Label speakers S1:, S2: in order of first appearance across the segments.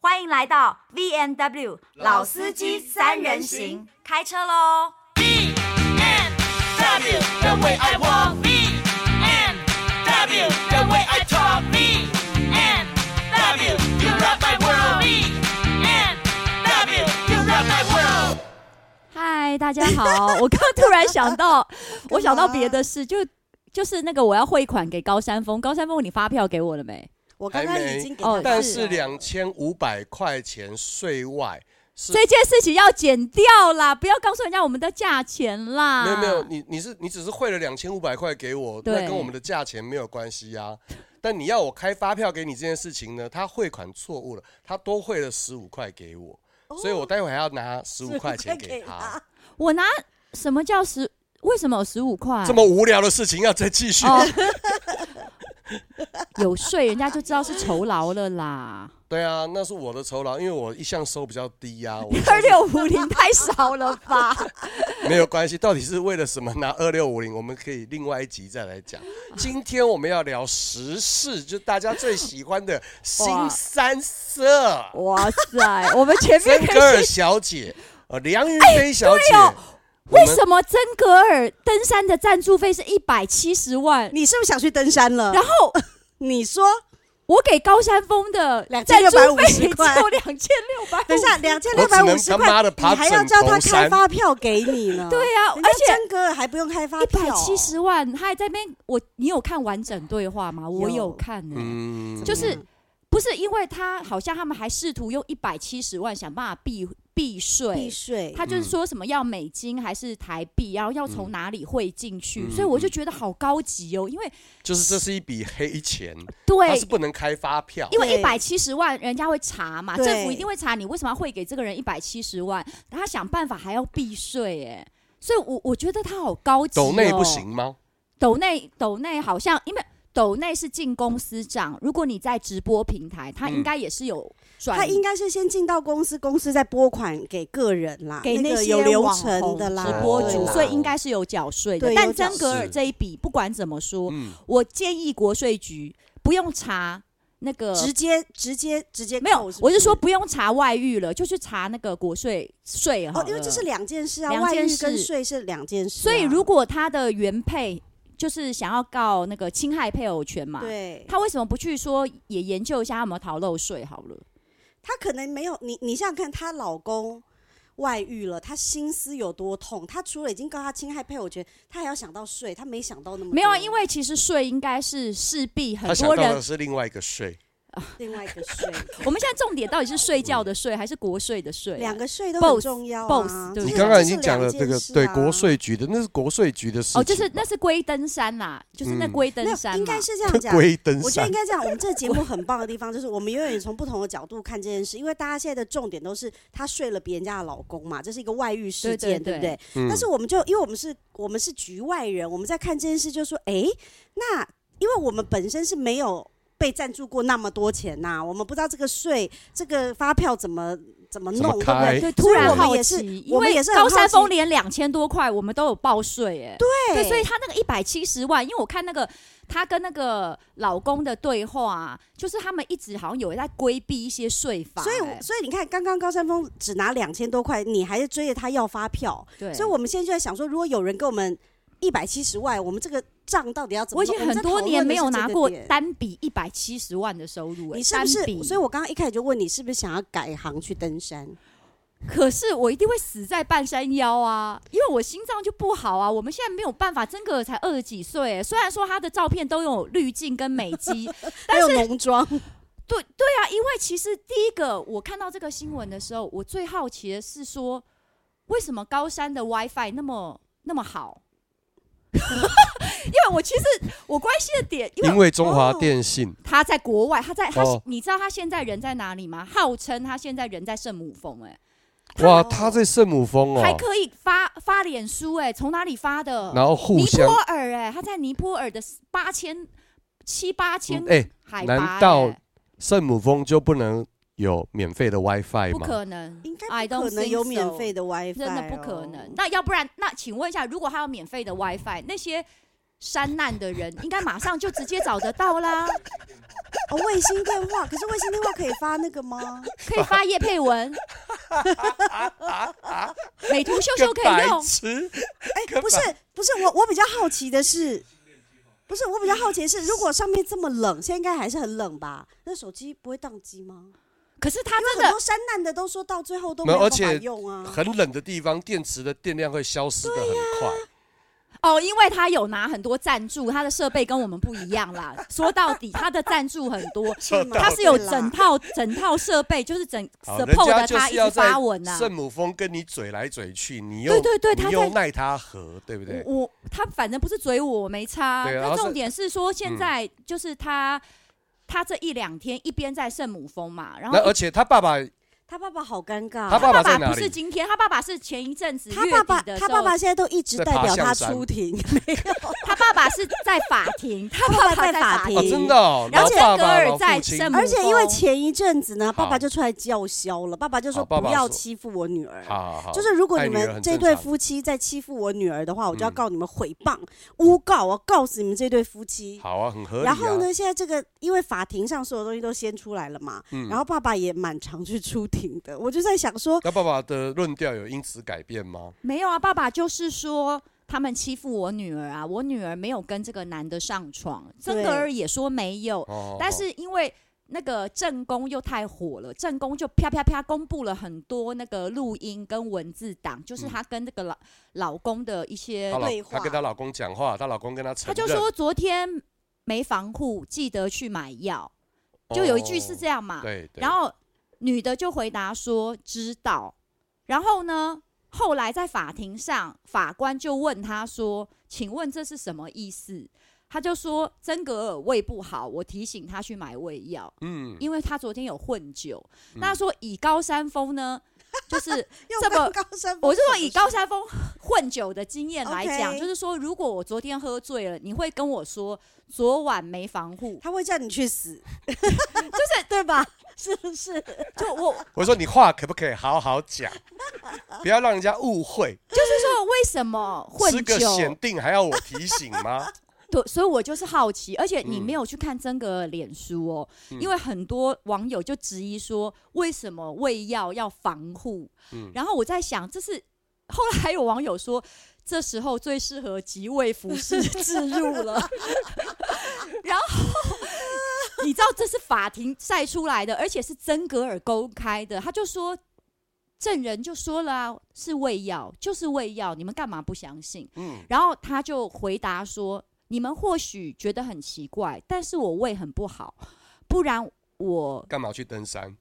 S1: 欢迎来到 V N W 老司机三人行，开车喽！
S2: BMW, the way I walk. BMW, the way I talk. BMW, you rock my world. BMW, you rock my world.
S3: 嗨，大家好！我刚突然想 到，
S4: 啊
S3: 我想到别的事，就就是那个我要汇款给高山峰，高山峰，你发票给我了没？哦
S4: 我刚刚已经给
S3: 还
S4: 他看
S3: 没
S4: 了
S5: 但是两千五百块钱税外是
S3: 这件事情要剪掉啦，不要告诉人家我们的价钱啦。
S5: 没有没有，你你是你只是汇了两千五百块给我，
S3: 对
S5: 那跟我们的价钱没有关系呀、但你要我开发票给你这件事情呢，他汇款错误了，他多汇了十五块给我，所以我待会还要拿十五块钱给他。
S3: 我拿什么叫十？为什么有十五块？
S5: 这么无聊的事情要再继续？
S3: 哦，有税人家就知道是酬劳了 啦。
S5: 对啊，那是我的酬劳，因为我一向收比较低呀、我
S3: 二六五零太少了 吧？
S5: 没有关系，到底是为了什么拿二六五零？我们可以另外一集再来 讲。今天我们要聊时事，就大家最喜欢的新三色，
S3: 哇塞，我们前面
S5: 曾
S3: 可
S5: 格尔
S3: 以。
S5: 小姐，呃，梁玉飞小姐，
S4: 哎
S5: 我
S3: 为
S5: 们
S4: 哦
S3: 什么曾格尔登山的赞助费是一百七十万？
S4: 你是不是想去登山了？
S3: 然后
S4: 你说，
S3: 我给高山峰的
S4: 2650
S3: 赞助费只有
S4: 块
S3: 两千六百，
S4: 等一下，两千
S5: 我
S4: 六
S5: 只
S4: 百
S5: 能
S4: 五十
S5: 他妈的
S4: 块，
S5: 爬
S4: 你还要
S5: 整
S4: 叫他
S5: 头
S4: 开
S5: 山
S4: 发票给你 呢？
S3: 对呀、
S4: 人家
S3: 哦而且
S4: 真哥还不用开发
S3: 一
S4: 票，
S3: 百七十万，他还在那边。我你有看完整对话吗？我有看呢、
S5: 嗯
S3: 就是不是因为他好像他们还试图用一百七十万想办法避避
S4: 避
S3: 税。
S4: 税。
S3: 他就是说什么要美金还是台币，然后要从哪里汇进去，
S5: 嗯
S3: 所以我就觉得好高级哦，因为
S5: 就是这是一笔黑钱，它
S3: 对
S5: 是，不能开发票。
S3: 因为一
S4: 对
S3: 百七十万人家会查嘛，
S4: 对
S3: 政府一定会查你为什么要汇给这个人一百七十万，他想办法还要避税哎，所以我我觉得他好高级、哦。
S5: 抖内不行，吗？
S3: 抖内抖内好像因为抖内是进公司账，如果你在直播平台，他应该也是有
S4: 嗯
S3: 转，
S4: 他应该是先进到公司，公司再拨款给个人啦，
S3: 给
S4: 那
S3: 那
S4: 个
S3: 些
S4: 有流
S3: 网
S4: 程
S3: 红
S4: 的啦，
S5: 直
S3: 播
S4: 对
S3: 主，
S4: 啦
S3: 所以应该是有缴税的。
S4: 对
S3: 但
S4: 有缴
S3: 曾格尔
S5: 是
S3: 这一笔不管怎么说，
S5: 嗯，
S3: 我建议国税局不用查那个
S4: 直接直接直接
S3: 没有
S4: 扣，不
S3: 我是说不用查外遇了，就去查那个国税税好
S4: 哦
S3: 了，
S4: 因为这是两件事啊，
S3: 两
S4: 外
S3: 件
S4: 遇跟
S3: 事
S4: 税是两件事啊，
S3: 所以如果他的原配就是想要告那个侵害配偶权嘛，
S4: 对
S3: 他为什么不去说也研究一下他有没有逃漏税好了？
S4: 嗯她可能没有你，你想想看，她老公外遇了，她心思有多痛？她除了已经告他侵害配偶权，她还要想到税，她没想到那么多
S3: 没有啊，因为其实税应该是势必很
S5: 他想
S3: 多
S5: 到的
S3: 人。
S5: 是另外一个税，
S4: 另外一 个税，
S3: 我们现在重点到底是睡觉的税还是国税的税啊、
S4: 两个税都
S3: Both，
S4: 很重要啊。
S3: both，
S4: 这
S3: 对不
S5: 你
S3: 对
S5: 刚刚已经讲了
S4: 这是
S5: 这个
S4: 两件事啊
S5: 对国。税局的，那是国税局的事情
S3: 哦，就是那是龟登山啦，就是那
S5: 嗯
S3: 龟
S4: 没
S3: 登
S4: 有，
S3: 山嘛
S4: 应 该是这样讲。
S5: 龟登
S4: 我觉得
S5: 山
S4: 应，该这样，我们这个节目很棒的地方就是我们永远从不同的角度看这件事，因为大家现在的重点都是她睡了别人家的老公嘛，这是一个外遇事
S3: 对对
S4: 件，对不
S3: 对
S4: 对？
S5: 嗯
S4: 但是我们就因为我们是我们是局外人，我们在看这件事就说，诶，那因为我们本身是没有被赞助过那么多钱呐、我们不知道这个税、这个发票怎么怎么
S5: 怎么
S4: 弄，对不对？
S3: 对，
S5: 开
S4: 所以
S3: 突然
S4: 我们
S3: 好
S4: 也是
S3: 奇，因
S4: 我们
S3: 为
S4: 也是很
S3: 高
S4: 好
S3: 山
S4: 奇
S3: 峰连两千多块我们都有报税哎、对，所以他那个一百七十万，因为我看那个她跟那个老公的对话、啊，就是他们一直好像有在规避一些税法、
S4: 所以我
S3: 哎
S4: 所以你看，刚刚高山峰只拿两千多块，你还是追着他要发票，
S3: 对，
S4: 所以我们现在就在想说，如果有人给我们一百七十万，我们这个账到底要怎么
S3: 我已
S4: 弄？
S3: 经
S4: 们
S3: 很
S4: 在
S3: 多
S4: 讨论
S3: 年
S4: 的
S3: 没
S4: 是
S3: 有
S4: 这
S3: 拿
S4: 个
S3: 过
S4: 点
S3: 单笔一百七十万的收入、哎
S4: 你是不
S3: 单
S4: 是？
S3: 笔
S4: 所以我刚刚一开始就问你，是不是想要改行去登山？
S3: 可是我一定会死在半山腰啊，因为我心脏就不好啊。我们现在没有办法，真格尔才二十几岁、哎虽然说他的照片都有滤镜跟美肌，
S4: 还有浓妆，
S3: 对对啊，因为其实第一个我看到这个新闻的时候，我最好奇的是说，为什么高山的 WiFi 那么那么好？ 因为我其实我关心的点，因
S5: 因
S3: 为哦
S5: 为中华电信
S3: 他在国外，他在他、
S5: 哦
S3: 你知道他现在人在哪里吗？号称他现在人在圣母峰、哎、
S5: 哇，他在圣母峰
S3: 还
S5: 哦，
S3: 可以发发脸书、哎，从哪里发的？
S5: 然后互
S3: 尼泊
S5: 相
S3: 尔、哎，他在尼泊尔的八千七八千
S5: 嗯哎，
S3: 海拔、
S5: 难道
S3: 哎
S5: 圣母峰就不能有免费的 WiFi
S3: 哎不
S5: 吗？
S3: 可能？
S4: 应该
S3: I
S4: 不
S3: don't
S4: 可能有
S3: think
S4: 免
S3: so
S4: 费的 WiFi，哦
S5: 哦嗯
S3: 真的不可能。那要不然，那请问一下，如果还有免费的 WiFi，那些山难的人，应该马上就直接找得到啦。
S4: 哦，卫星电话，可是卫星电话可以发那个 吗？
S3: 可以发叶佩文，美图秀秀可以
S5: 白
S3: 用，
S5: 痴，
S4: 哎，不是不是，我我比较好奇的是，不是我比较好奇的是，如果上面这么冷，现在应该还是很冷吧？那手机不会宕机吗？
S3: 可是他
S4: 因为很
S3: 真的
S4: 多山难的都说到最后都
S5: 没
S4: 没有
S5: 有而
S4: 办
S5: 且
S4: 法用啊。
S5: 很冷的地方，电池的电量会消失的很快。
S3: 哦，因为他有拿很多赞助，他的设备跟我们不一样啦。说到底，他的赞助很 多，
S5: 说
S4: 吗
S5: 到
S3: 他是有
S4: 对啦
S3: 整套整套设备，就是整
S5: 好，人家
S3: support
S5: 就
S3: 他
S5: 是
S3: 一
S5: 要
S3: 直
S5: 在
S3: 发文啊。
S5: 圣母峰跟你嘴来嘴去，你又
S3: 对对对，他
S5: 你
S3: 在
S5: 又奈他何，对不对？
S3: 我我他反正不是嘴我，我没差。
S5: 对啊然
S3: 那
S5: 后是嗯
S3: 重点是说，现在就是他、他这一两天一边在圣母峰嘛，然后
S5: 那而且他爸爸，
S4: 他爸爸好尴尬，
S5: 他爸
S3: 爸
S5: 在哪
S3: 不是
S5: 里？
S3: 今天，他爸爸是前一阵子
S4: 他爸爸
S3: 月底的时
S4: 他
S3: 候
S4: 爸爸现在都一直
S5: 在
S4: 代
S5: 爬
S4: 表
S5: 象
S4: 他
S5: 山
S4: 出 庭，
S3: 他爸爸是在法庭，他
S4: 爸
S3: 爸
S4: 爸在
S3: 在
S4: 法
S3: 法
S4: 庭
S5: 哦，真的哦，
S3: 然
S5: 老
S3: 后
S5: 爸
S3: 格
S5: 爸
S3: 尔
S5: 老
S3: 在
S5: 父亲
S3: 圣母
S4: 而且因为
S3: 风
S4: 前一阵子呢，爸
S5: 哦好
S4: 爸就出来叫嚣了，爸爸就说
S5: 好爸爸
S4: 不要
S5: 说
S4: 欺负我女儿。
S5: 好好好，
S4: 就是如果
S5: 爱
S4: 你
S5: 女儿
S4: 们
S5: 很
S4: 这
S5: 正
S4: 对
S5: 常
S4: 夫妻在欺负我女儿的话，我就要
S5: 嗯
S4: 告你们诽谤、诬告，我告死你们这对夫妻。
S5: 好啊，很合理、啊。
S4: 然后呢，现在这个因为法庭上所有东西都先出来了嘛，
S5: 嗯
S4: 然后爸爸也蛮常去出庭的，我就在想说，
S5: 那爸爸的论调有因此改变吗？
S3: 没有啊，爸爸就是说他们欺负我女儿啊，我女儿没有跟这个男的上床，曾
S4: 对
S3: 格尔也说没有，
S5: 哦，
S3: 但是因为。那个正宫又太火了，正宫就啪啪啪公布了很多那个录音跟文字档，就是她跟那个老、老公的一些
S5: 她嗯老
S4: 对
S5: 她跟
S4: 话
S5: 她老公讲话，她老公跟她承
S3: 她
S5: 认，
S3: 就说昨天没防护，记得去买药，就有一句是这
S5: 样
S3: 样嘛。
S5: 哦对，对
S3: 然后女的就回答说知道。然后呢，后来在法庭上，法官就问她说：“请问这是什么意思？”她就说：“曾格尔胃不好，我提醒她去买胃药，
S5: 嗯，
S3: 因为她昨天有混酒。
S5: 嗯
S3: 那说以高山峰 呢，就是
S4: 又
S3: 这
S4: 跟
S3: 个
S4: 高山峰
S3: 我是说，
S4: 什么
S3: 以高
S4: 事
S3: 山峰混酒的经验来讲
S4: OK
S3: 就是说，如果我昨天喝醉了，你会跟我说昨晚没防护，
S4: 他会叫你去 死，就是对吧？ 是不是？
S3: 就我
S5: 我说你话可不可以好好 讲，不要让人家误会，
S3: 就是说为什么混
S5: 吃个
S3: 酒
S5: 显？定还要我提醒吗？
S3: 对，所以我就是好奇，而且你
S5: 嗯
S3: 没有去看曾格尔脸书哦，
S5: 嗯
S3: 因为很多网友就质疑说，为什么胃药要防护？
S5: 嗯
S3: 然后我在想，这是后来还有网友说，这时候最适合即位 服饰置入了。 然后你知道这是法庭晒出来的，而且是曾格尔公开的，他就说。证人就说了啊，是胃药，就是胃药，你们干嘛不相信？
S5: 嗯，
S3: 然后他就回答说：“你们或许觉得很奇怪，但是我胃很不好，不然我
S5: 干嘛去登山？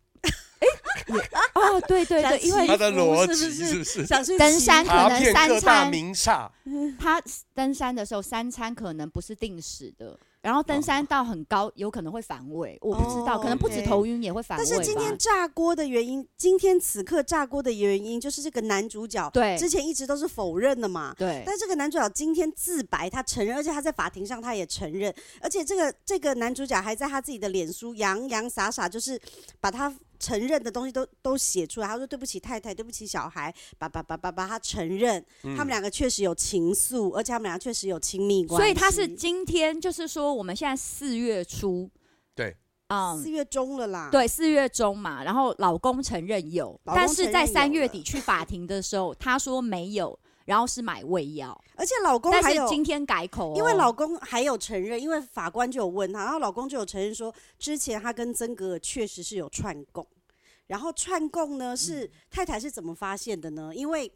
S3: 哦，对 对对，
S4: 想
S3: 因为
S5: 他的
S4: 服
S5: 逻
S4: 是
S5: 辑
S4: 不是
S5: 是不是？
S4: 想去
S3: 登
S4: 骑
S3: 山可
S5: 爬
S3: 能
S5: 遍
S3: 三
S5: 各大
S3: 餐
S5: 名岔，
S3: 他登山的时候三餐可能不是定时的，然后登山到很高有可能会反胃，我不知道，
S4: 哦
S3: 可能不止
S4: OK
S3: 头晕也会反胃
S4: 但
S3: 吧。
S4: 是今天炸锅的原因，今天此刻炸锅的原因就是这个男主角，
S3: 对
S4: 之前一直都是否认的嘛。
S3: 对
S4: 但这个男主角今天自白，他承认，而且他在法庭上他也承认，而且这个这个男主角还在他自己的脸书洋洋洒洒，就是把他承认的东西都都写出来。他说对不起太太，对不起小孩，爸爸爸爸爸，他承认、
S5: 嗯
S4: 他们两个确实有情愫，而且他们两个确实有亲密关
S3: 所
S4: 系。
S3: 以他是今天就是说我们现在四月初，
S5: 对，
S3: 嗯
S4: 四，月中了啦，，
S3: 对，四月中嘛，然后老公承认有，
S4: 老公
S3: 但是
S4: 承
S3: 在
S4: 认有
S3: 三月
S4: 了
S3: 底去法庭的时候，他说没有，然后是买胃药，
S4: 而且老公
S3: 但
S4: 还
S3: 是
S4: 有
S3: 今天改口哦、
S4: 因为老公还有承认，因为法官就有问他，然后老公就有承认说，之前他跟曾格尔确实是有串供，然后串供呢是、太太是怎么发现的呢？因为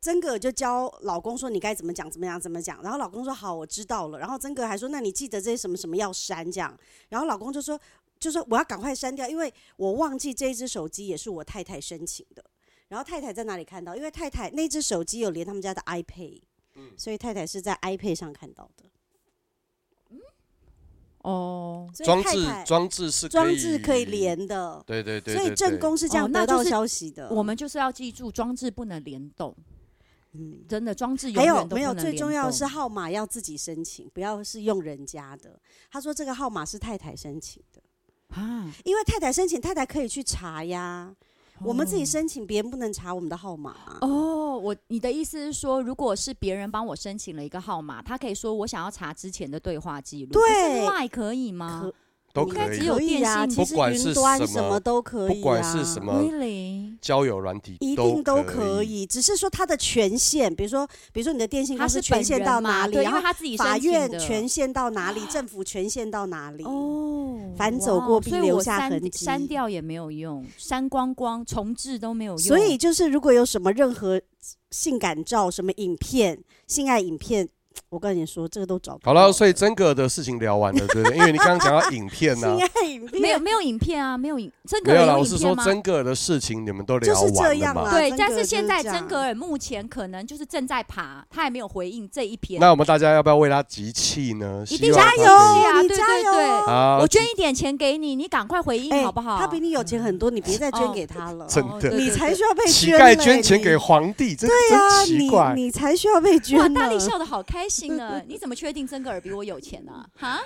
S4: 曾格尔就教老公说你该怎么讲，怎么讲，怎么讲，然后老公说好，我知道了，然后曾格尔还说那你记得这些什么什么要删这样，然后老公就说就说我要赶快删掉，因为我忘记这一只手机也是我太太申请的。然后太太在哪里看到？因为太太那只手机有连他们家的 iPad，所以太太是在 iPad 上看到的。
S3: 哦，
S4: 所以
S5: 装
S4: 太
S5: 置
S4: 太
S5: 装置是
S4: 装置可以，连的，
S5: 对对对，
S4: 所以
S5: 对
S4: 正
S5: 对
S4: 宫是这
S3: 哦
S4: 样
S3: 那
S4: 得
S3: 就
S4: 到
S3: 是
S4: 消息的。
S3: 我们就是要记住，装置不能联动，
S4: 嗯，
S3: 真的装置永
S4: 还有
S3: 远都
S4: 没有
S3: 不能
S4: 最重
S3: 联
S4: 要的是
S3: 动
S4: 号码要自己申请，不要是用人家的。他说这个号码是太太申请的，
S3: 啊，
S4: 因为太太申请，太太可以去查呀。我们自己
S3: 哦
S4: 申请，别人不能查我们的号码啊。
S3: 哦哦，我你的意思是说，如果是别人帮我申请了一个号码，他可以说我想要查之前的对话记录，
S4: 对
S3: 赖可以吗
S4: 可
S5: 都
S4: 应
S5: 可
S4: 该
S3: 以
S4: 只有电信，其
S3: 不
S4: 实
S5: 管是
S4: 云端
S5: 什
S4: 什
S5: 么
S4: 么都可以、啊，
S5: 不管是什么
S3: ？Really？
S5: 交友软体，
S4: 一定都
S5: 都
S4: 可。以，只是说它的权限，比如说，比如说你的电信
S3: 他
S4: 公
S3: 是
S4: 司
S3: 本
S4: 权限
S3: 人
S4: 到
S3: 嘛
S4: 哪里，
S3: 对
S4: 然
S3: 因为
S4: 后
S3: 他自己
S4: 法
S3: 申请
S4: 院
S3: 的啊
S4: 权限到哪里，政府权限到哪里。
S3: 哦，
S4: 反走
S3: 哇
S4: 过必
S3: 所以
S4: 留
S3: 我
S4: 下
S3: 删
S4: 痕
S3: 掉
S4: 迹
S3: 删掉也没有用，删光光重置都没有用。
S4: 所以就是如果有什么任何性感照、什么影片、性爱影片，我跟你说，这个都找不
S5: 好
S4: 到
S5: 了，所以真格的事情聊完了，对不对？因为你刚刚讲到影片啊呢、
S4: 性爱影片
S3: 没有没有影片啊，没有影，真格
S5: 没
S3: 尔
S5: 有啦，我
S3: 影
S5: 是
S3: 片
S5: 说
S3: 吗？
S5: 真格尔的事情，你们都
S4: 就
S5: 聊
S4: 是这
S5: 完了
S4: 样
S5: 嘛？
S4: 啦。
S3: 对，
S4: 啊真
S3: 但
S4: 格
S3: 是
S4: 就
S3: 现在
S4: 这
S3: 真
S4: 样
S3: 格尔目前可能就是正在爬，他还没有回应这一篇。
S5: 那我们大家要不要为他集气呢？
S3: 一
S5: 希
S3: 定
S5: 望
S4: 加
S5: 他可以
S3: 对啊
S4: 油，你哦
S3: 对
S4: 加
S3: 对对
S4: 油！
S5: 好，
S3: 我捐一点钱给你，你赶快回应好不好？
S4: 哎他比你有钱很多，你别再捐
S3: 哦
S4: 给他了。
S5: 真
S3: 哦
S5: 的
S3: 对
S4: 你才需要被
S5: 乞
S4: 捐
S5: 丐
S4: 嘞
S5: 捐钱
S4: 你
S5: 给皇帝，真
S4: 对呀、
S5: 真奇怪
S4: 你。你才需要被捐
S3: 哇，
S4: 呢
S3: 大力笑的好开心 呢！你怎么确定曾格尔比我有钱呢、哈，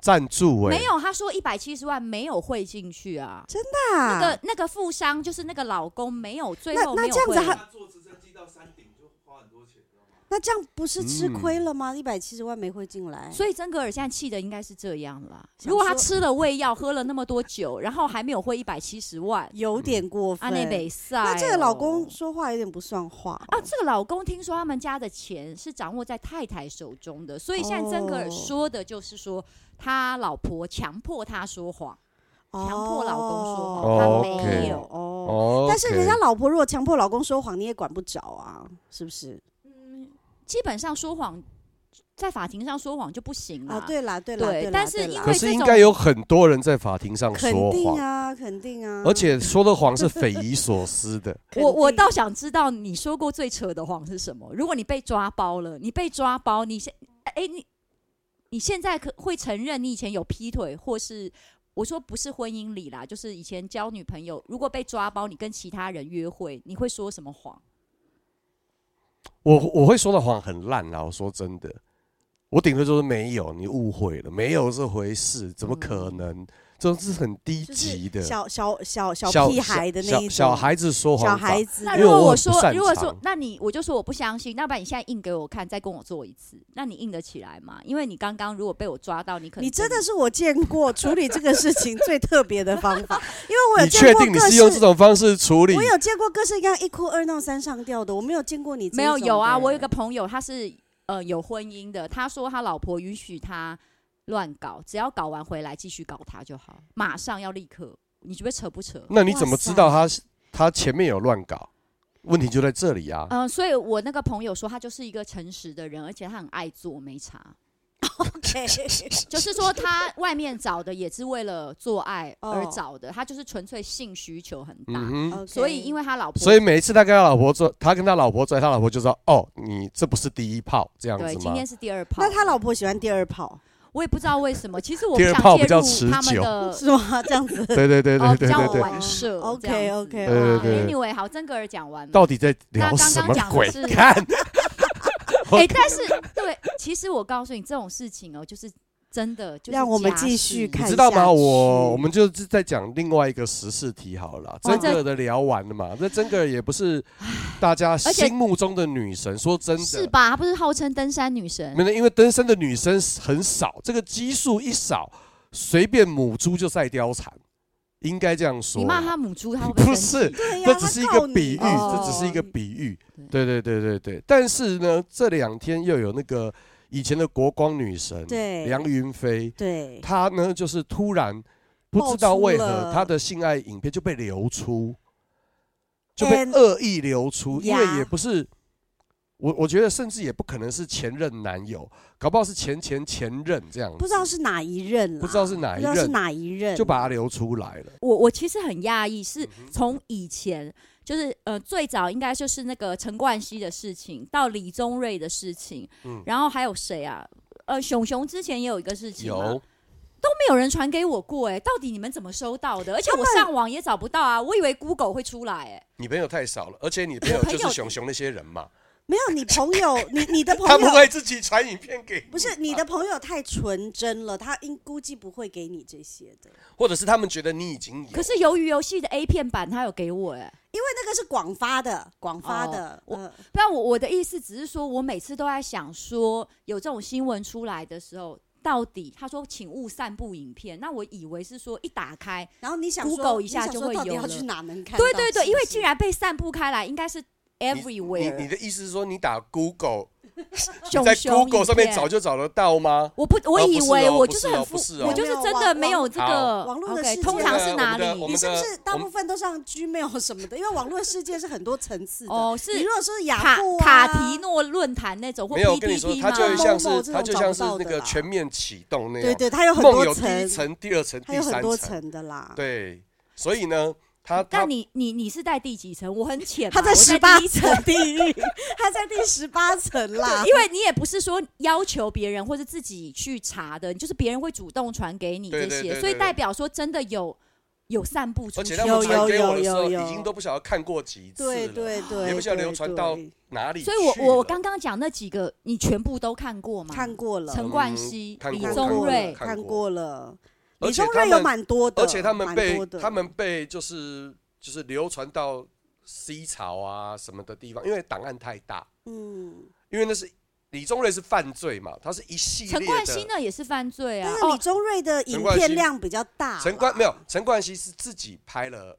S5: 赞助哎
S3: 没，有，他说一百七十万没有汇进去啊。
S4: 啊
S3: 那个那个富商就是那个老公没有，最
S4: 那
S3: 后
S4: 那
S3: 没有
S4: 这样子
S3: 汇
S4: 他那这样不是
S5: 嗯
S4: 吃亏了吗？一百七十万没汇进来，
S3: 所以曾格尔现在气的应该是这样啦。
S4: 哎想
S3: 如果他
S4: 说
S3: 吃了胃药，喝了那么多酒，然后还没有汇一百七 十万，
S4: 有点过
S3: 嗯阿
S4: 分。
S3: 内北塞。
S4: 那这个老公说话有点不算话哦、
S3: 啊，这个老公听说他们家的钱是掌握在太太手中的，所以现在曾格尔
S4: 哦
S3: 说的就是说，他老婆强迫他说谎，强迫老公说谎，
S5: 哦
S3: 他没
S5: OK
S3: 有。
S4: 哦。
S5: 哦，
S4: 但是人家老婆如果强迫老公说谎，你也管不着啊，是不是？
S3: 基本上说谎，在法庭上说谎就不行了。
S4: 啊，对啦，对啦，
S3: 嗯对
S4: 啦
S3: 但是
S4: 对
S3: 因
S4: 啦
S5: 可
S3: 为
S5: 是
S3: 这
S5: 应
S3: 种
S5: 该有很多人在法庭上
S4: 肯
S5: 说
S4: 定
S5: 谎，
S4: 啊，肯定啊，
S5: 而且说的谎是匪夷所思的。
S4: 肯
S3: 我我
S4: 定
S3: 倒想知道你说过最扯的谎是什么？如果你被抓包了，你被抓包，你现哎你你现在可会承认你以前有劈腿，或是我说不是婚姻里啦，就是以前交女朋友，如果被抓包，你跟其他人约会，你会说什么谎？
S5: 我我会说的谎很烂啦，我说真的，我顶多就是没有，你误会了，没有这回事，怎么可能？这是很低级的
S4: 嗯就是小小小小屁孩的那一种，
S5: 小小孩子说
S4: 小
S5: 谎法
S4: 孩子
S3: 那
S5: 因
S3: 如
S5: 为
S3: 果
S5: 我很
S3: 我
S5: 不
S3: 说，
S5: 擅
S3: 如果
S5: 长
S3: 说，那你我就说我不相信，那不然你现在印给我看，再跟我做一次，那你印得起来吗？因为你刚刚如果被我抓到，你可能
S4: 你真的
S3: 是
S4: 是我见过处理这个事情最特别的方 法，因为我有
S5: 你
S4: 见
S5: 确
S4: 过
S5: 定你
S4: 各
S5: 是用这
S4: 式，
S5: 种方式处理
S4: 我？有见过各式各样一哭二闹三上吊的，我没有见过你这
S3: 没有
S4: 种
S3: 有啊。
S4: 的
S3: 我有一个朋友，他是呃有婚姻的，他说他老婆允许他乱搞，只要搞完回来继续搞他就好，马上要立刻。你觉得扯不扯？
S5: 那你怎么知道他他前面有乱搞？问题就在这里啊！
S4: 呃
S3: 嗯、所以我那个朋友说他就是一个诚实的人，而且他很爱做，没差。就是说他外面找的也是为了做爱而
S4: 哦
S3: 找的，他就是纯粹性需求很大。
S5: 嗯
S4: 呃
S5: 哼，
S3: 所以，因
S4: 为
S3: 为他老婆
S5: 所以每一次他跟他老婆做，他跟他老婆做，他老婆就说：“哦，你这不是第一炮，这样
S3: 对，
S5: 子
S3: 今
S5: 吗
S3: 天是第二炮。
S4: 那他老婆喜欢第二炮
S3: 我也不知道为什么，其实我
S5: 第
S3: 不
S5: 二
S3: 想
S5: 炮
S3: 介
S5: 比较
S3: 入他们
S5: 持久，？”
S3: 的
S4: 是吗？这样子
S5: 对对对对
S3: 哦，
S5: 对
S3: 教
S5: 对
S3: 我
S5: 对，
S3: 玩射。
S4: 哦
S3: 这样子
S4: OK，OK，
S5: 对对对
S3: Anyway，好，曾格尔讲完了。
S5: 到底在聊什么鬼
S3: 那刚刚讲的？是
S5: 看，
S3: 哎，但是对，其实我告诉你，这种事情哦，就是真的，就是
S4: 让我们
S3: 假
S4: 继续
S3: 事
S5: 你
S4: 看
S5: 知道
S4: 下
S5: 吗？我
S4: 去
S5: 我们就是在讲另外一个时事题好了啦，
S3: 哇
S5: 真格的聊完了嘛？那真格也不是大家
S3: 而且
S5: 心目中的女神，说真
S3: 是
S5: 的，
S3: 吧？她不是号称登山女神
S5: 没？有，因为登山的女生很少，这个基数一少，随便母猪就赛貂蝉，应该这样说。
S3: 你骂她母猪，她会
S5: 不
S3: 会生
S5: 是
S3: 气？
S4: 对呀，
S5: 这只是一
S4: 他
S5: 个
S4: 告你
S5: 比喻，
S3: 哦
S5: 这只是一个比喻。
S3: 对
S5: 对对对对对。但是呢，这两天又有那个以前的国光女神
S4: 对
S5: 梁云飞，
S4: 对，
S5: 她呢就是突然不知道为何她的性爱影片就被流出，就被
S4: And-
S5: 恶意流出，因为
S4: Yeah
S5: 也不是我，我觉得甚至也不可能是前任男友，搞不好是前前前任这样子，
S4: 不知道是哪一任啦，
S5: 不知道是哪
S4: 不
S5: 一
S4: 知道是
S5: 任，
S4: 哪一任，
S5: 就把它流出来了。
S3: 我我其实很讶异，是
S5: 嗯
S3: 从以前就是呃最早应该就是那个陈冠希的事情，到李宗瑞的事情，
S5: 嗯
S3: 然后还有谁啊？呃，熊熊之前也有一个事情嘛，
S5: 有，
S3: 都没有人传给我过哎、到底你们怎么收到的？而且我上网也找不到啊，我以为 Google 会出来哎、
S5: 你朋友太少了，而且你朋友
S3: 我朋
S5: 就
S3: 友
S5: 是熊熊那些人嘛。
S4: 没有你朋友， 你你的朋
S5: 他不
S4: 友
S5: 会自己传影片给，
S4: 不是你的朋友太纯真了，他应估计不会给你这些的，
S5: 或者是他们觉得你已经有
S3: 可是鱿鱼游戏的 A 片版他有给我哎、
S4: 因为那个是广发的，广发的
S3: 哦，我
S4: 嗯
S3: 不然我我的意思只是说，我每次都在想说，有这种新闻出来的时候，到底他说请勿散布影片，那我以为是说一打开，
S4: 然后你想说
S3: Google 一下
S4: 你想
S3: 就
S4: 说
S3: 会
S4: 到底
S3: 有
S4: 要
S3: 了
S4: 去哪能看到？
S3: 对对对，
S4: 是
S3: 因
S4: 不
S3: 为
S4: 是
S3: 既然被散布开来，应该是
S5: 你你
S3: everywhere
S5: 的意思是说，你打 Google，
S3: 熊
S5: 在
S3: 熊
S5: Google 上面
S3: 影片
S5: 找就找得到吗？
S3: 我不，我
S5: 哦
S3: 以
S5: 不是
S3: 为
S5: 哦
S3: 我
S5: 不
S3: 就是是
S5: 哦
S3: 很
S5: 不
S3: 肤，
S5: 是哦
S3: 我就是真的没有这个
S5: 好
S4: 网络的
S3: OK，
S4: 世界
S3: 通常是哪
S5: 我们的我
S3: 里
S5: 们？
S4: 你是不是大
S5: 我们
S4: 部分都上 Gmail 什么的？因为网络的世界是很多层次的。
S3: 哦，
S4: 你
S3: 是
S4: 如果说是雅
S3: 卡
S4: 虎、啊、
S3: 卡提诺论坛那种或
S5: 没有，我跟你说，
S3: PPT
S5: 它就
S4: 会
S3: 吗？
S5: 像
S4: 某某
S5: 是
S4: 这种
S5: 它就像是
S4: 找不到
S5: 那
S4: 的
S5: 个
S4: 啦
S5: 全面启动那
S4: 对
S5: 样，
S4: 对，它有很
S5: 梦
S4: 多
S5: 有第一
S4: 层，
S5: 层、第二层、
S4: 它
S5: 第
S4: 有很
S5: 三
S4: 多
S5: 层。
S4: 层啊的啦。
S5: 对，所以呢，它它
S3: 但你你你是在第几层？我很浅嘛，
S4: 它在
S3: 我
S4: 十
S3: 第
S4: 八
S3: 一
S4: 层地狱，它在第十八层啦
S3: 对，。因为你也不是说要求别人或者自己去查的，你就是别人会主动传给你这些，
S5: 对对对对
S3: 所以
S5: 对
S3: 代表说真的有有散布出
S5: 而
S3: 去
S5: 且他，们
S4: 有
S5: 传给
S4: 有
S5: 我的时
S4: 有
S5: 候，
S4: 有
S5: 已经都不晓得看过几次了，
S4: 对对对，
S5: 也不晓得
S4: 对
S5: 流传到
S4: 对
S5: 哪里去
S3: 所
S5: 了。
S3: 以我我刚刚讲那几个，你全部都看过吗？
S4: 看过了，
S3: 陈冠希、
S5: 嗯看
S3: 李
S5: 过
S4: 看
S3: 宗
S4: 过
S3: 瑞
S4: 了，
S5: 看
S4: 看
S5: 过
S4: 过了。
S5: 而
S4: 李
S5: 且
S4: 宗
S5: 他
S4: 瑞有
S5: 们
S4: 蛮多的，
S5: 而且他们
S4: 蛮
S5: 被
S4: 多的
S5: 他们被就是就是流传到 C 潮啊什么的地方，因为档案太大，
S4: 嗯，
S5: 因为那是李宗瑞是犯罪嘛，他是一系列
S3: 陈冠希
S5: 的。
S3: 呢也是犯罪啊
S4: 但，是李
S3: 哦，
S4: 宗瑞的影
S5: 陈冠希
S4: 片量比较大啦，
S5: 陈冠没有，陈冠希是自己拍了，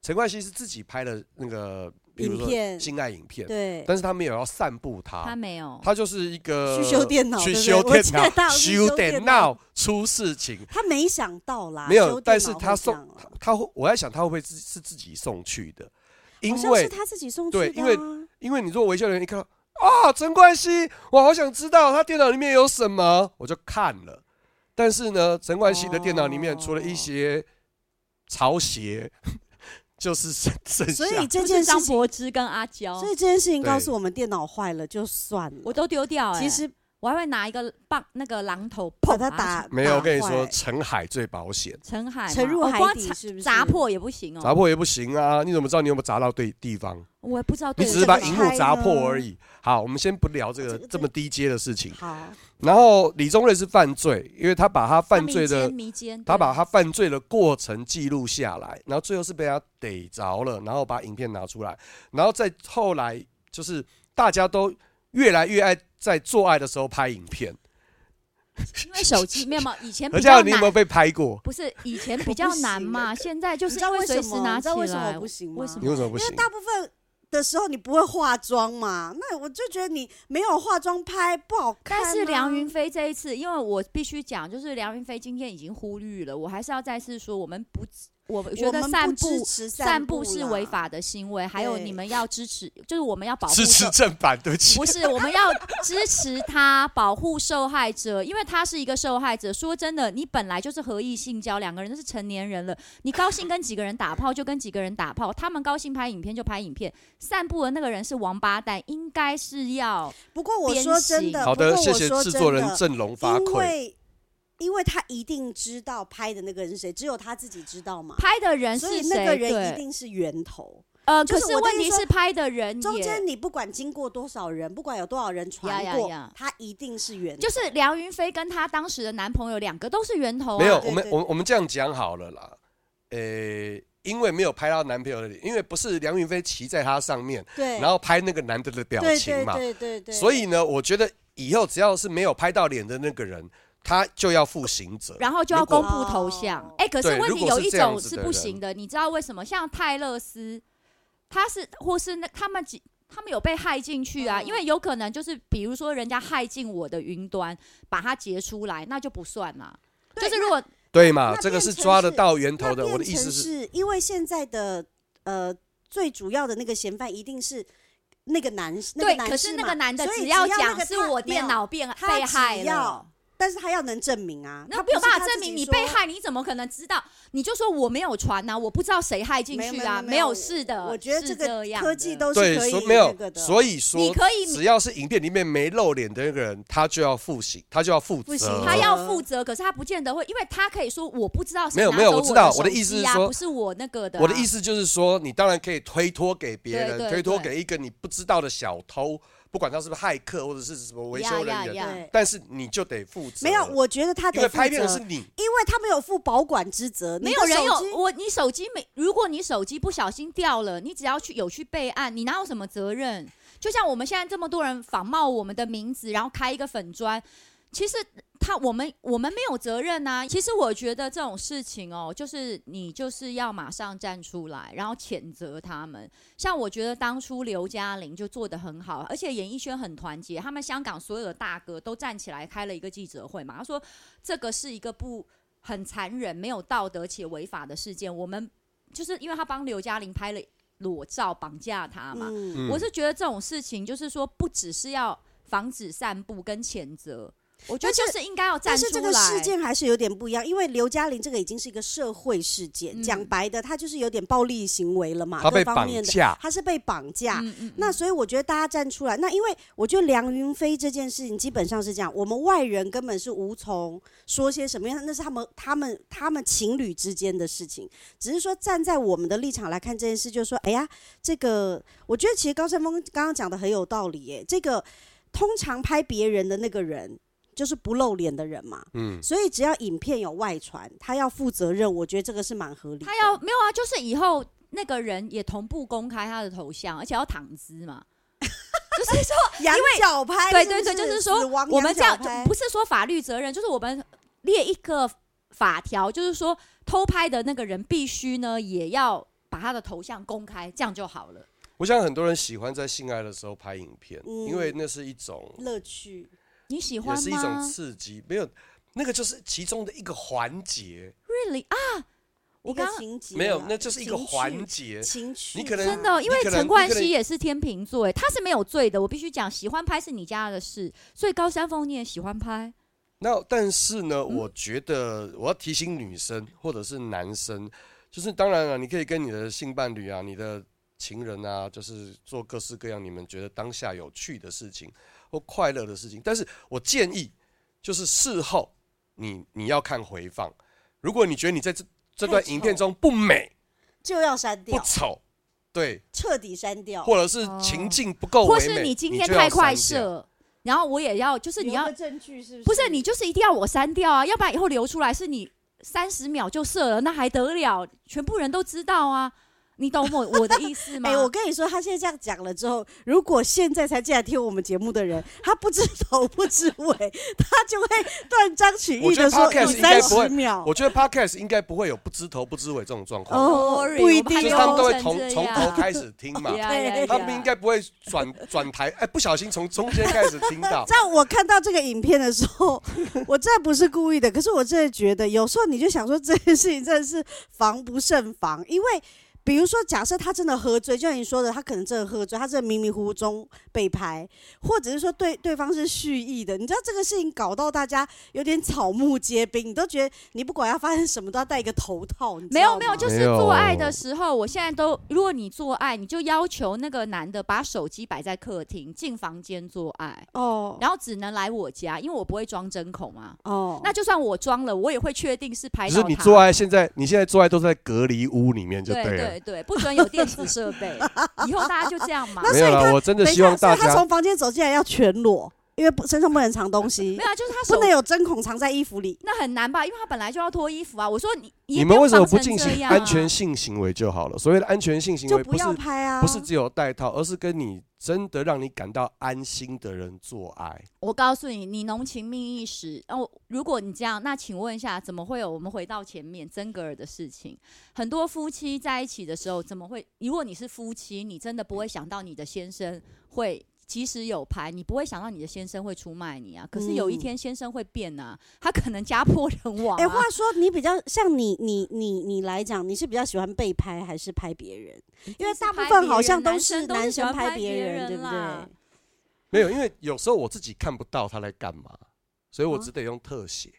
S5: 陈冠希是自己拍了那个比如
S4: 影
S5: 说
S4: 片
S5: 性爱影片，
S4: 对，
S5: 但是他没有要散布它，
S3: 他没有，
S5: 他就是一个
S4: 去修电脑
S5: 去
S4: 对不对
S5: 修
S4: 我
S5: 电
S4: 知
S5: 脑，
S4: 道去修
S5: 修电
S4: 电
S5: 脑出事情。
S4: 他没想到啦，
S5: 没有
S4: 修电
S5: 但是
S4: 脑
S5: 他
S4: 会
S5: 送
S4: 这样啊
S5: 他会，我在想他会不会是是自己送去的？因
S4: 好像
S5: 为
S4: 是他自己送去的、啊，
S5: 对因为因为你做维修人员，一看到啊，陈冠希，我好想知道他电脑里面有什么，我就看了。但是呢，陈冠希的电脑里面除了一些潮鞋， 就是剩剩
S4: 所
S5: 下
S4: 以这
S3: 不
S4: 件
S3: 是
S4: 事
S3: 张
S4: 情，
S3: 柏芝跟阿娇
S4: 所，以这件事情
S5: 对
S4: 告诉我们电脑坏了就算了，
S3: 我都丢掉、欸。
S4: 其实
S3: 我还会拿一个棒那个榔头
S4: 把
S3: 砰
S4: 它
S3: 把
S4: 打
S5: 没有。我
S4: 打
S5: 跟你说，
S4: 坏
S5: 陈海最保险，
S3: 陈海嘛
S4: 沉入
S3: 哦
S4: 海
S3: 光
S4: 底
S3: 砸
S4: 是不是
S3: 砸破也不行
S4: 嗯
S3: 哦，
S5: 砸破也不行啊！你怎么知道你有没有砸到对地方？
S3: 我也不知道
S5: 你
S3: 对
S5: 只
S3: 我
S5: 是
S3: 这
S5: 把
S3: 个
S5: 荧
S4: 拆
S5: 幕砸
S4: 呢
S5: 破而已。好，我们先不聊这个
S4: 这个
S5: 这么低阶的事情。
S4: 好，
S5: 然后李宗瑞是犯罪，因为他把他犯罪
S3: 他
S5: 的
S3: 迷奸迷奸，
S5: 他
S3: 对
S5: 把他犯罪的过程记录下来，然后最后是被他逮着了，然后把影片拿出来，然后再后来就是大家都越来越爱在做爱的时候拍影片。
S3: 因为手机没有嘛，以
S4: 哎
S3: 前
S5: 何
S3: 比
S5: 嘉
S3: 较
S5: 文，你有没有
S3: 难，
S5: 被拍过？
S3: 不是以前 比较难嘛，现在就
S4: 你
S3: 是
S4: 知道
S3: 因
S4: 为什
S3: 随时
S4: 么？
S3: 拿
S4: 你知
S3: 起
S4: 道为什么
S3: 来
S4: 我不，行吗？
S3: 为什
S5: 你
S3: 么？
S5: 为什么不
S4: 因为
S5: 行？
S4: 大部分的时候你不会化妆嘛，那我就觉得你没有化妆拍不好看、啊。
S3: 但是梁云飞这一次，因为我必须讲，就是梁云飞今天已经忽略了，我还是要再次说，我们不，我
S4: 我
S3: 觉得
S4: 们
S3: 散
S4: 不支
S3: 步
S4: 持
S3: 散
S4: 散
S3: 步是违
S4: 啦。
S3: 法的行为，还有
S4: 对
S3: 你们要支持，就是我们要保护
S5: 支持
S3: 受
S5: 正版，对不起
S3: 不。是，我们要支持他，保护受害者，因为他是一个受害者。说真的，你本来就是合意性交，两个人都是成年人了，你高兴跟几个人打炮就跟几个人打炮，他们高兴拍影片就拍影片，散步的那个人是王八蛋，应该是要
S4: 不过我说真
S3: 鞭刑
S4: 的，
S5: 好
S4: 啊
S5: 的，
S4: 不过
S5: 谢
S4: 我
S5: 谢
S4: 说
S5: 制
S4: 真
S5: 作人
S4: 的
S5: 振聋发
S4: 因
S5: 聩。
S4: 为因为他一定知道拍的那个人是谁，只有他自己知道嘛。
S3: 拍的人
S4: 所
S3: 是
S4: 以
S3: 谁？
S4: 那个人一
S3: 对，
S4: 定是源头。
S3: 呃，
S4: 就
S3: 可
S4: 是我的
S3: 问
S4: 意思
S3: 题
S4: 说
S3: 是拍的人
S4: 中
S3: 也。
S4: 间你不管经过多少人，不管有多少人传
S3: 呀呀
S4: 过
S3: 呀
S4: 他一定是源头。
S3: 就是梁云飞跟她当时的男朋友两个都是源头、啊，
S5: 没有，
S4: 哦对
S5: 我们
S4: 对
S5: 我们我们这样讲好了啦。呃，因为没有拍到男朋友的脸，因为不是梁云飞骑在他上面，
S4: 对，
S5: 然后拍那个男的的表
S4: 对
S5: 情
S4: 对
S5: 嘛。
S4: 对对对，
S5: 所以呢，我觉得以后只要是没有拍到脸的那个人，他就要负刑责。
S3: 然后就要
S5: 如果
S3: 公布头像
S4: 哦。
S3: 哎、可是
S5: 对
S3: 问
S5: 如
S3: 题
S5: 果
S3: 有
S5: 是
S3: 一
S5: 这样
S3: 种
S5: 子
S3: 是
S5: 的
S3: 不
S5: 人
S3: 行的，你知道为什么？像泰勒斯，他是或是那他们几。他们有被害进去啊，
S4: 嗯
S3: 因为有可能就是，比如说人家害进我的云端，把它截出来，那就不算啦。就
S4: 对
S3: 是如果
S5: 对嘛，
S4: 那
S5: 这个
S4: 变
S5: 是
S4: 成
S5: 抓得
S4: 是
S5: 到源头
S4: 那
S5: 的。我的
S4: 变
S5: 意思
S4: 成
S5: 是，
S4: 是因为现在的呃最主要的那个嫌犯一定是那个男，那个
S3: 对，
S4: 男
S3: 可是
S4: 士
S3: 那
S4: 嘛
S3: 个男的
S4: 所以
S3: 只
S4: 只要
S3: 要
S4: 那
S3: 讲
S4: 个
S3: 是
S4: 他
S3: 我
S4: 没有
S3: 电脑变
S4: 他
S3: 被害
S4: 只
S3: 了
S4: 要，但是他要能证明啊，
S3: 那
S4: 他
S3: 没有
S4: 不是
S3: 办法
S4: 他自
S3: 证
S4: 己
S3: 明你
S4: 说
S3: 被。害，你怎么可能知道？你就说我没有传呐、我不知道谁害进
S4: 没有
S3: 去
S4: 没有
S3: 啊，
S4: 没有
S3: 有事的。
S4: 我觉得这
S3: 是这
S4: 个
S3: 样
S4: 科技
S3: 的
S4: 都是
S5: 对，
S4: 可以
S5: 所没有
S4: 那个，的
S5: 所以说
S3: 你可以
S5: 只要是影片里面没露脸的那个人，他就要负刑，他就要负
S4: 负
S5: 责
S4: 刑。
S3: 他要负责，可是他不见得会，因为他可以说我不知道谁
S5: 没有
S3: 拿
S5: 没有
S3: 走
S5: 我
S3: 我
S5: 知道我
S3: 我
S5: 的意思是说
S3: 啊不是我那个的啊、
S5: 我的意思就是说，你当然可以推脱给别
S3: 对
S5: 人，
S3: 对
S5: 推脱
S3: 对
S5: 给一个你不知道的小偷，不管他是不是骇客或者是什么维
S3: 呀
S5: 修人
S3: 呀
S5: 员，
S3: 呀
S4: 对
S5: 但是你就得负责。
S4: 没有，我觉得他
S5: 因
S4: 得
S5: 为
S4: 负
S5: 拍片的
S4: 责
S5: 是你，
S4: 因为他没有负保管之责，
S3: 没
S4: 你
S3: 有
S4: 的
S3: 人
S4: 手
S3: 有
S4: 机
S3: 我，你手机没？如果你手机不小心掉了，你只要去有去备案，你哪有什么责任？就像我们现在这么多人仿冒我们的名字，然后开一个粉砖，其实他我们我们没有责任呐、其实我觉得这种事情哦，就是你就是要马上站出来，然后谴责他们。像我觉得当初刘嘉玲就做得很好，而且演艺圈很团结，他们香港所有的大哥都站起来开了一个记者会嘛，他说这个是一个不很残忍、没有道德且违法的事件。我们就是因为他帮刘嘉玲拍了裸照，绑架她嘛。
S4: 嗯，
S5: 嗯
S3: 我是觉得这种事情，就是说不只是要防止散布跟谴责，我觉得
S4: 但是
S3: 就是应该要站
S4: 但
S3: 出
S4: 是
S3: 来。
S4: 这个事件还是有点不一样，因为刘嘉玲这个已经是一个社会事件，
S3: 嗯
S4: 讲白的，她就是有点暴力行为了嘛，
S5: 他被
S4: 各方面
S5: 绑
S4: 的，
S5: 架，
S4: 她是被绑架。
S3: 嗯嗯
S4: 那所以我觉得大家站出来，那因为我觉得梁云飞这件事情基本上是这样，我们外人根本是无从说些什么，因为那是他们他们他们情侣之间的事情，只是说站在我们的立场来看这件事，就是说，哎呀，这个我觉得其实高山峰刚刚讲的很有道理耶，这个通常拍别人的那个人就是不露脸的人嘛，
S5: 嗯，
S4: 所以只要影片有外传，他要负责任，我觉得这个是蛮合理的。
S3: 他要没有啊，就是以后那个人也同步公开他的头像，而且要躺姿嘛。就是说，
S4: 羊角拍，
S3: 对
S4: 是
S3: 对
S4: 不
S3: 对，就是
S4: 死
S3: 说
S4: 亡
S3: 我们
S4: 羊
S3: 这样
S4: 角拍
S3: 不是说法律责任，就是我们列一个法条，就是说偷拍的那个人必须呢也要把他的头像公开，这样就好了。
S5: 我想很多人喜欢在性爱的时候拍影片，
S4: 嗯
S5: 因为那是一种，
S4: 乐趣。
S3: 你喜
S5: 也
S3: 欢
S5: 是一种
S3: 吗
S5: 刺激，没有。那个就是其中的一个环节，
S3: ？Really 啊，我
S4: 一个
S3: 刚刚
S4: 情节
S5: 没有
S4: 啊，
S5: 那就是一个
S4: 情趣
S5: 环节。
S4: 情趣啊，
S5: 你可能
S3: 真的，因为
S5: 你可能
S3: 陈冠
S5: 你可能
S3: 希也是天秤座，哎，他是没有罪的，我必须讲，喜欢拍是你家的事，所以高山峰你也喜欢拍，
S5: 那但是呢，
S3: 嗯
S5: 我觉得我要提醒女生或者是男生，就是当然了、啊你可以跟你的性伴侣啊、你的情人啊，就是做各式各样你们觉得当下有趣的事情或快乐的事情。但是我建议，就是事后你你要看回放，如果你觉得你在这这段影片中不美
S4: 就要删
S5: 不
S4: 掉，
S5: 丑，对，
S4: 彻底删掉。
S5: 或者是
S3: 哦
S5: 情境不够
S3: 或
S5: 唯美，
S3: 是你今天
S5: 就要
S3: 太快
S5: 删掉，
S3: 射，然后我也要，就是你
S4: 留
S3: 要
S4: 个证据是不是？
S3: 不是你就是一定要我删掉啊，要不然以后流出来是你三十秒就射了，那还得了？全部人都知道啊，你懂我我的意思 吗？
S4: 哎、我跟你说，他现在这样讲了之后，如果现在才进来听我们节目的人，他不知头不知尾，他就会断章取
S5: 我
S4: 义
S5: 觉得
S4: 的说
S5: podcast
S4: 有
S5: 应该
S4: 三
S5: 不会
S4: 十秒。
S5: 我觉得 podcast 应该不会有不知头不知尾这种状况。
S4: 哦，
S3: Sorry，
S4: 不一
S3: 我怕
S4: 定
S5: 就是
S3: 有
S5: 他们都
S4: 哦。。
S5: 会
S3: 成
S5: 从
S3: 这
S5: 从头
S3: 样，
S5: 开始听 嘛
S3: 呀呀
S5: 他们应该不会转 转台，哎，不小心从中间开始听到
S4: 在我看到这个影片的时候， 我真的不是故意的，可是我真的觉得，有时候你就想说这件事情真的是防不胜防，因为比如说，假设他真的喝醉，就像你说的，他可能真的喝醉，他真的迷迷糊糊中被拍，或者是说对对方是蓄意的，你知道这个事情搞到大家有点草木皆兵，你都觉得你不管要发生什么都要戴一个头套，你知
S3: 没有
S4: 道
S3: 没有，
S4: 吗
S3: 就是
S5: 没有
S3: 做爱的时候，我现在都，如果你做爱，你就要求那个男的把手机摆在客厅，进房间做爱，
S4: 哦
S3: 然后只能来我家，因为我不会装针孔嘛。
S4: 哦，
S3: 那就算我装了，我也会确定是拍
S5: 只
S3: 到
S5: 是
S3: 他。
S5: 你做爱，现在你现在做爱都在隔离屋里面就
S3: 对
S5: 了。
S3: 对对，不准有电子设 备，以后大家就这样嘛。
S4: 那
S5: 没
S4: 所
S5: 有
S4: 以
S5: 啦，
S4: 他
S5: 我真的
S4: 等一
S5: 希
S4: 下，
S5: 望
S4: 所以
S5: 大
S4: 他
S5: 家
S4: 从房间走进来要全裸，因为不身上不能藏东西
S3: 没。有啊，就是他手
S4: 不能有针孔藏在衣服里，
S3: 那很难吧？因为他本来就要脱衣服啊。我说你，你也
S5: 你们
S3: 用
S5: 为什么
S3: 绑
S5: 不
S3: 成
S5: 进
S3: 这
S5: 行
S3: 样啊
S5: 安全性行为就好了？所谓的安全性行
S4: 就
S5: 为，
S4: 不
S5: 不是
S4: 要拍啊！
S5: 不是只有戴套，而是跟你真的让你感到安心的人做爱。
S3: 我告诉你，你浓情蜜意时，哦，如果你这样，那请问一下，怎么会有我们回到前面曾格尔的事情？很多夫妻在一起的时候，怎么会？如果你是夫妻，你真的不会想到你的先生会。即使有牌，你不会想到你的先生会出卖你啊。可是有一
S4: 嗯
S3: 天先生会变啊，他可能家破人亡、啊。
S4: 哎、话说你比较像你你你你来讲，你是比较喜欢被拍还是拍别人？因为大部分好像都是男
S3: 男
S4: 生
S3: 生都是喜欢
S4: 拍
S3: 拍
S4: 别
S3: 别
S4: 人，
S3: 人
S4: 对不
S3: 啦
S4: 对？
S5: 没有，因为有时候我自己看不到他在干嘛，所以我只得用特写。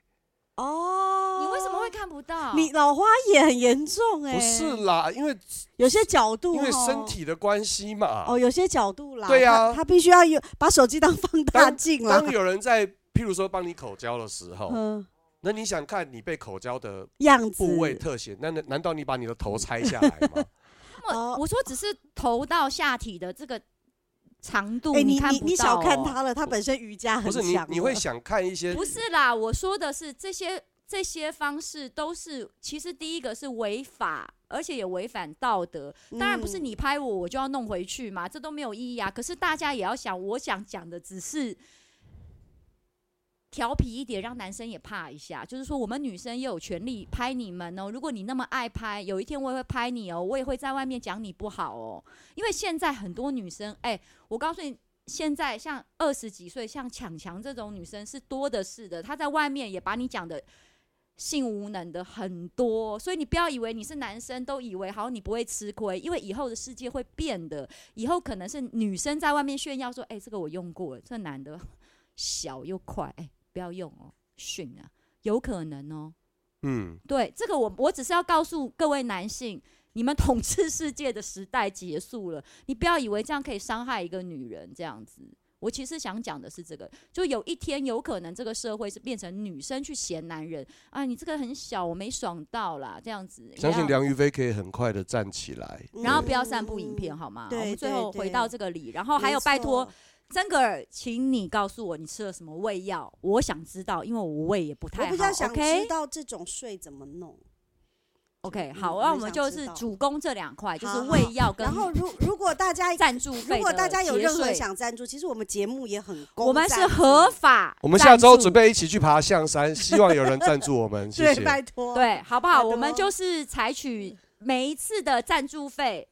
S4: 哦，
S3: 你为什么会？看不到？
S4: 你老花眼很严重哎、
S5: 不是啦，因为
S4: 有些角度
S5: 因
S4: 哦，
S5: 为身体的关系嘛。
S4: 哦，有些角度啦，
S5: 对啊
S4: 他他必须要有把手机当放大镜啦
S5: 当，有人在譬如说帮你口交的时候，
S4: 嗯，
S5: 那你想看你被口交的
S4: 样子
S5: 部位特写，那难难道你把你的头拆下来吗？
S3: 我、
S4: 哦
S3: 我说只是头到下体的这个长度，
S4: 哎、你
S3: 看不到、哦
S4: 你你小看，他了，他本身瑜伽很
S5: 不是
S4: 强的，
S5: 你你会想看一些
S3: 不是啦，我说的是这些这些方式都是，其实第一个是违法，而且也违反道德。当然不是
S4: 嗯
S3: 你拍我，我就要弄回去嘛，这都没有意义啊。可是大家也要想，我想讲的只是调皮一点，让男生也怕一下。就是说，我们女生也有权利拍你们哦。如果你那么爱拍，有一天我也会拍你哦，我也会在外面讲你不好哦。因为现在很多女生，哎、我告诉你。现在像二十几岁，像强强这种女生是多的是的，她在外面也把你讲的性无能的很多，所以你不要以为你是男生都以为好你不会吃亏，因为以后的世界会变的，以后可能是女生在外面炫耀说，哎、这个我用过了，这男的小又快，哎、不要用哦，训啊，有可能哦。
S5: 嗯，
S3: 对，这个我我只是要告诉各位男性，你们统治世界的时代结束了，你不要以为这样可以伤害一个女人这样子。我其实想讲的是这个，就有一天有可能这个社会是变成女生去嫌男人啊，你这个很小，我没爽到啦，这样子。
S5: 相信
S3: 然后
S5: 梁玉飞可以很快的站起来。
S3: 然后
S5: 对
S3: 不要散布影片好吗？
S4: 嗯对
S3: 我们最
S4: 对
S3: 后
S4: 对
S3: 回到这个里，然后哦还有
S4: 没错
S3: 拜托，曾格尔，请你告诉我你吃了什么胃药，我想知道，因为我胃也不太
S4: 我
S3: 好。
S4: 比较想
S3: OK
S4: 知道这种税怎么弄。
S3: OK，
S4: 嗯
S3: 好，
S4: 我
S3: 那
S4: 也
S3: 我
S4: 想
S3: 们就
S4: 知
S3: 是
S4: 道
S3: 主攻这两块，就是
S4: 好好
S3: 胃药跟
S4: 然后如如果大家
S3: 赞助费。
S4: 如果大家有任何，想赞助，其实我们节目也很公，
S3: 我们是合。法赞助，
S5: 我们下周准备一起去爬象山，希望有人赞助我们，谢
S4: 对，
S5: 谢。
S4: 拜托。，
S3: 对，好不
S4: 哦好
S3: 好？
S4: 的
S3: 我们
S4: 哦
S3: 就是采取每一次的赞助费。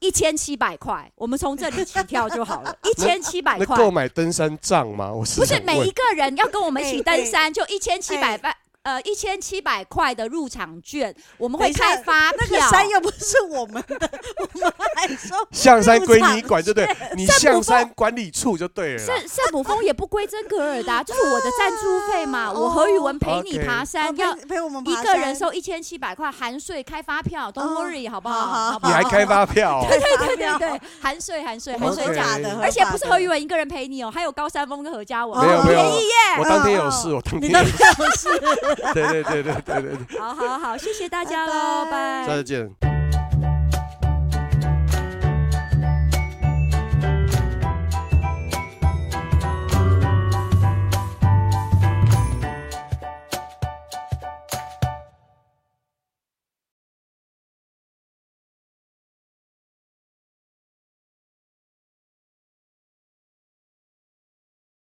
S3: 一千七百块，我们从这里起跳 就好了。一千七百
S5: 那
S3: 块，
S5: 购买登山杖吗？我是
S3: 不是
S5: 想
S3: 每
S5: 问
S3: 一个人要跟我们一起
S4: 哎
S3: 登
S4: 哎
S3: 山，就一千七百
S4: 哎
S3: 万，呃，一千七百块的入场券，我们
S4: 等
S3: 会
S4: 一下
S3: 开发
S4: 那个
S3: 票。
S4: 山又不是我们的， 我们还说
S5: 象山
S4: 入
S5: 归
S4: 场
S5: 你管，对不对？你象山管理处就对了啦。
S3: 圣圣母峰也不归真格尔 达，就是我的赞助费嘛。我何宇文陪你
S5: OK
S3: 爬山，要
S4: 哦陪陪我们
S3: 一
S4: 爬
S3: 个
S4: 山
S3: 人收一千七百块，含税开发票，Don't
S4: 嗯
S3: worry，好不
S4: 好
S3: 好？
S4: 好
S3: 好不
S5: 你
S3: 好
S5: 还？开发票哦、
S3: 对对对，含税含税
S4: 我
S3: 含
S4: 们
S3: 税
S4: 合
S5: 讲
S3: 价，
S4: 法的，
S3: 而且不是
S4: 合
S3: 何宇文一个人陪你哦，还有高山峰跟何嘉文。
S4: 哦
S5: 没有没有
S4: 便宜
S5: 我当天有事，
S4: 嗯
S5: 我当
S4: 你
S5: 天
S4: 的
S5: 有
S4: 表示。
S5: 对对对对对对对，
S3: 好好好，谢谢大家
S4: 拜
S3: 喽，
S4: 拜
S5: 下次见。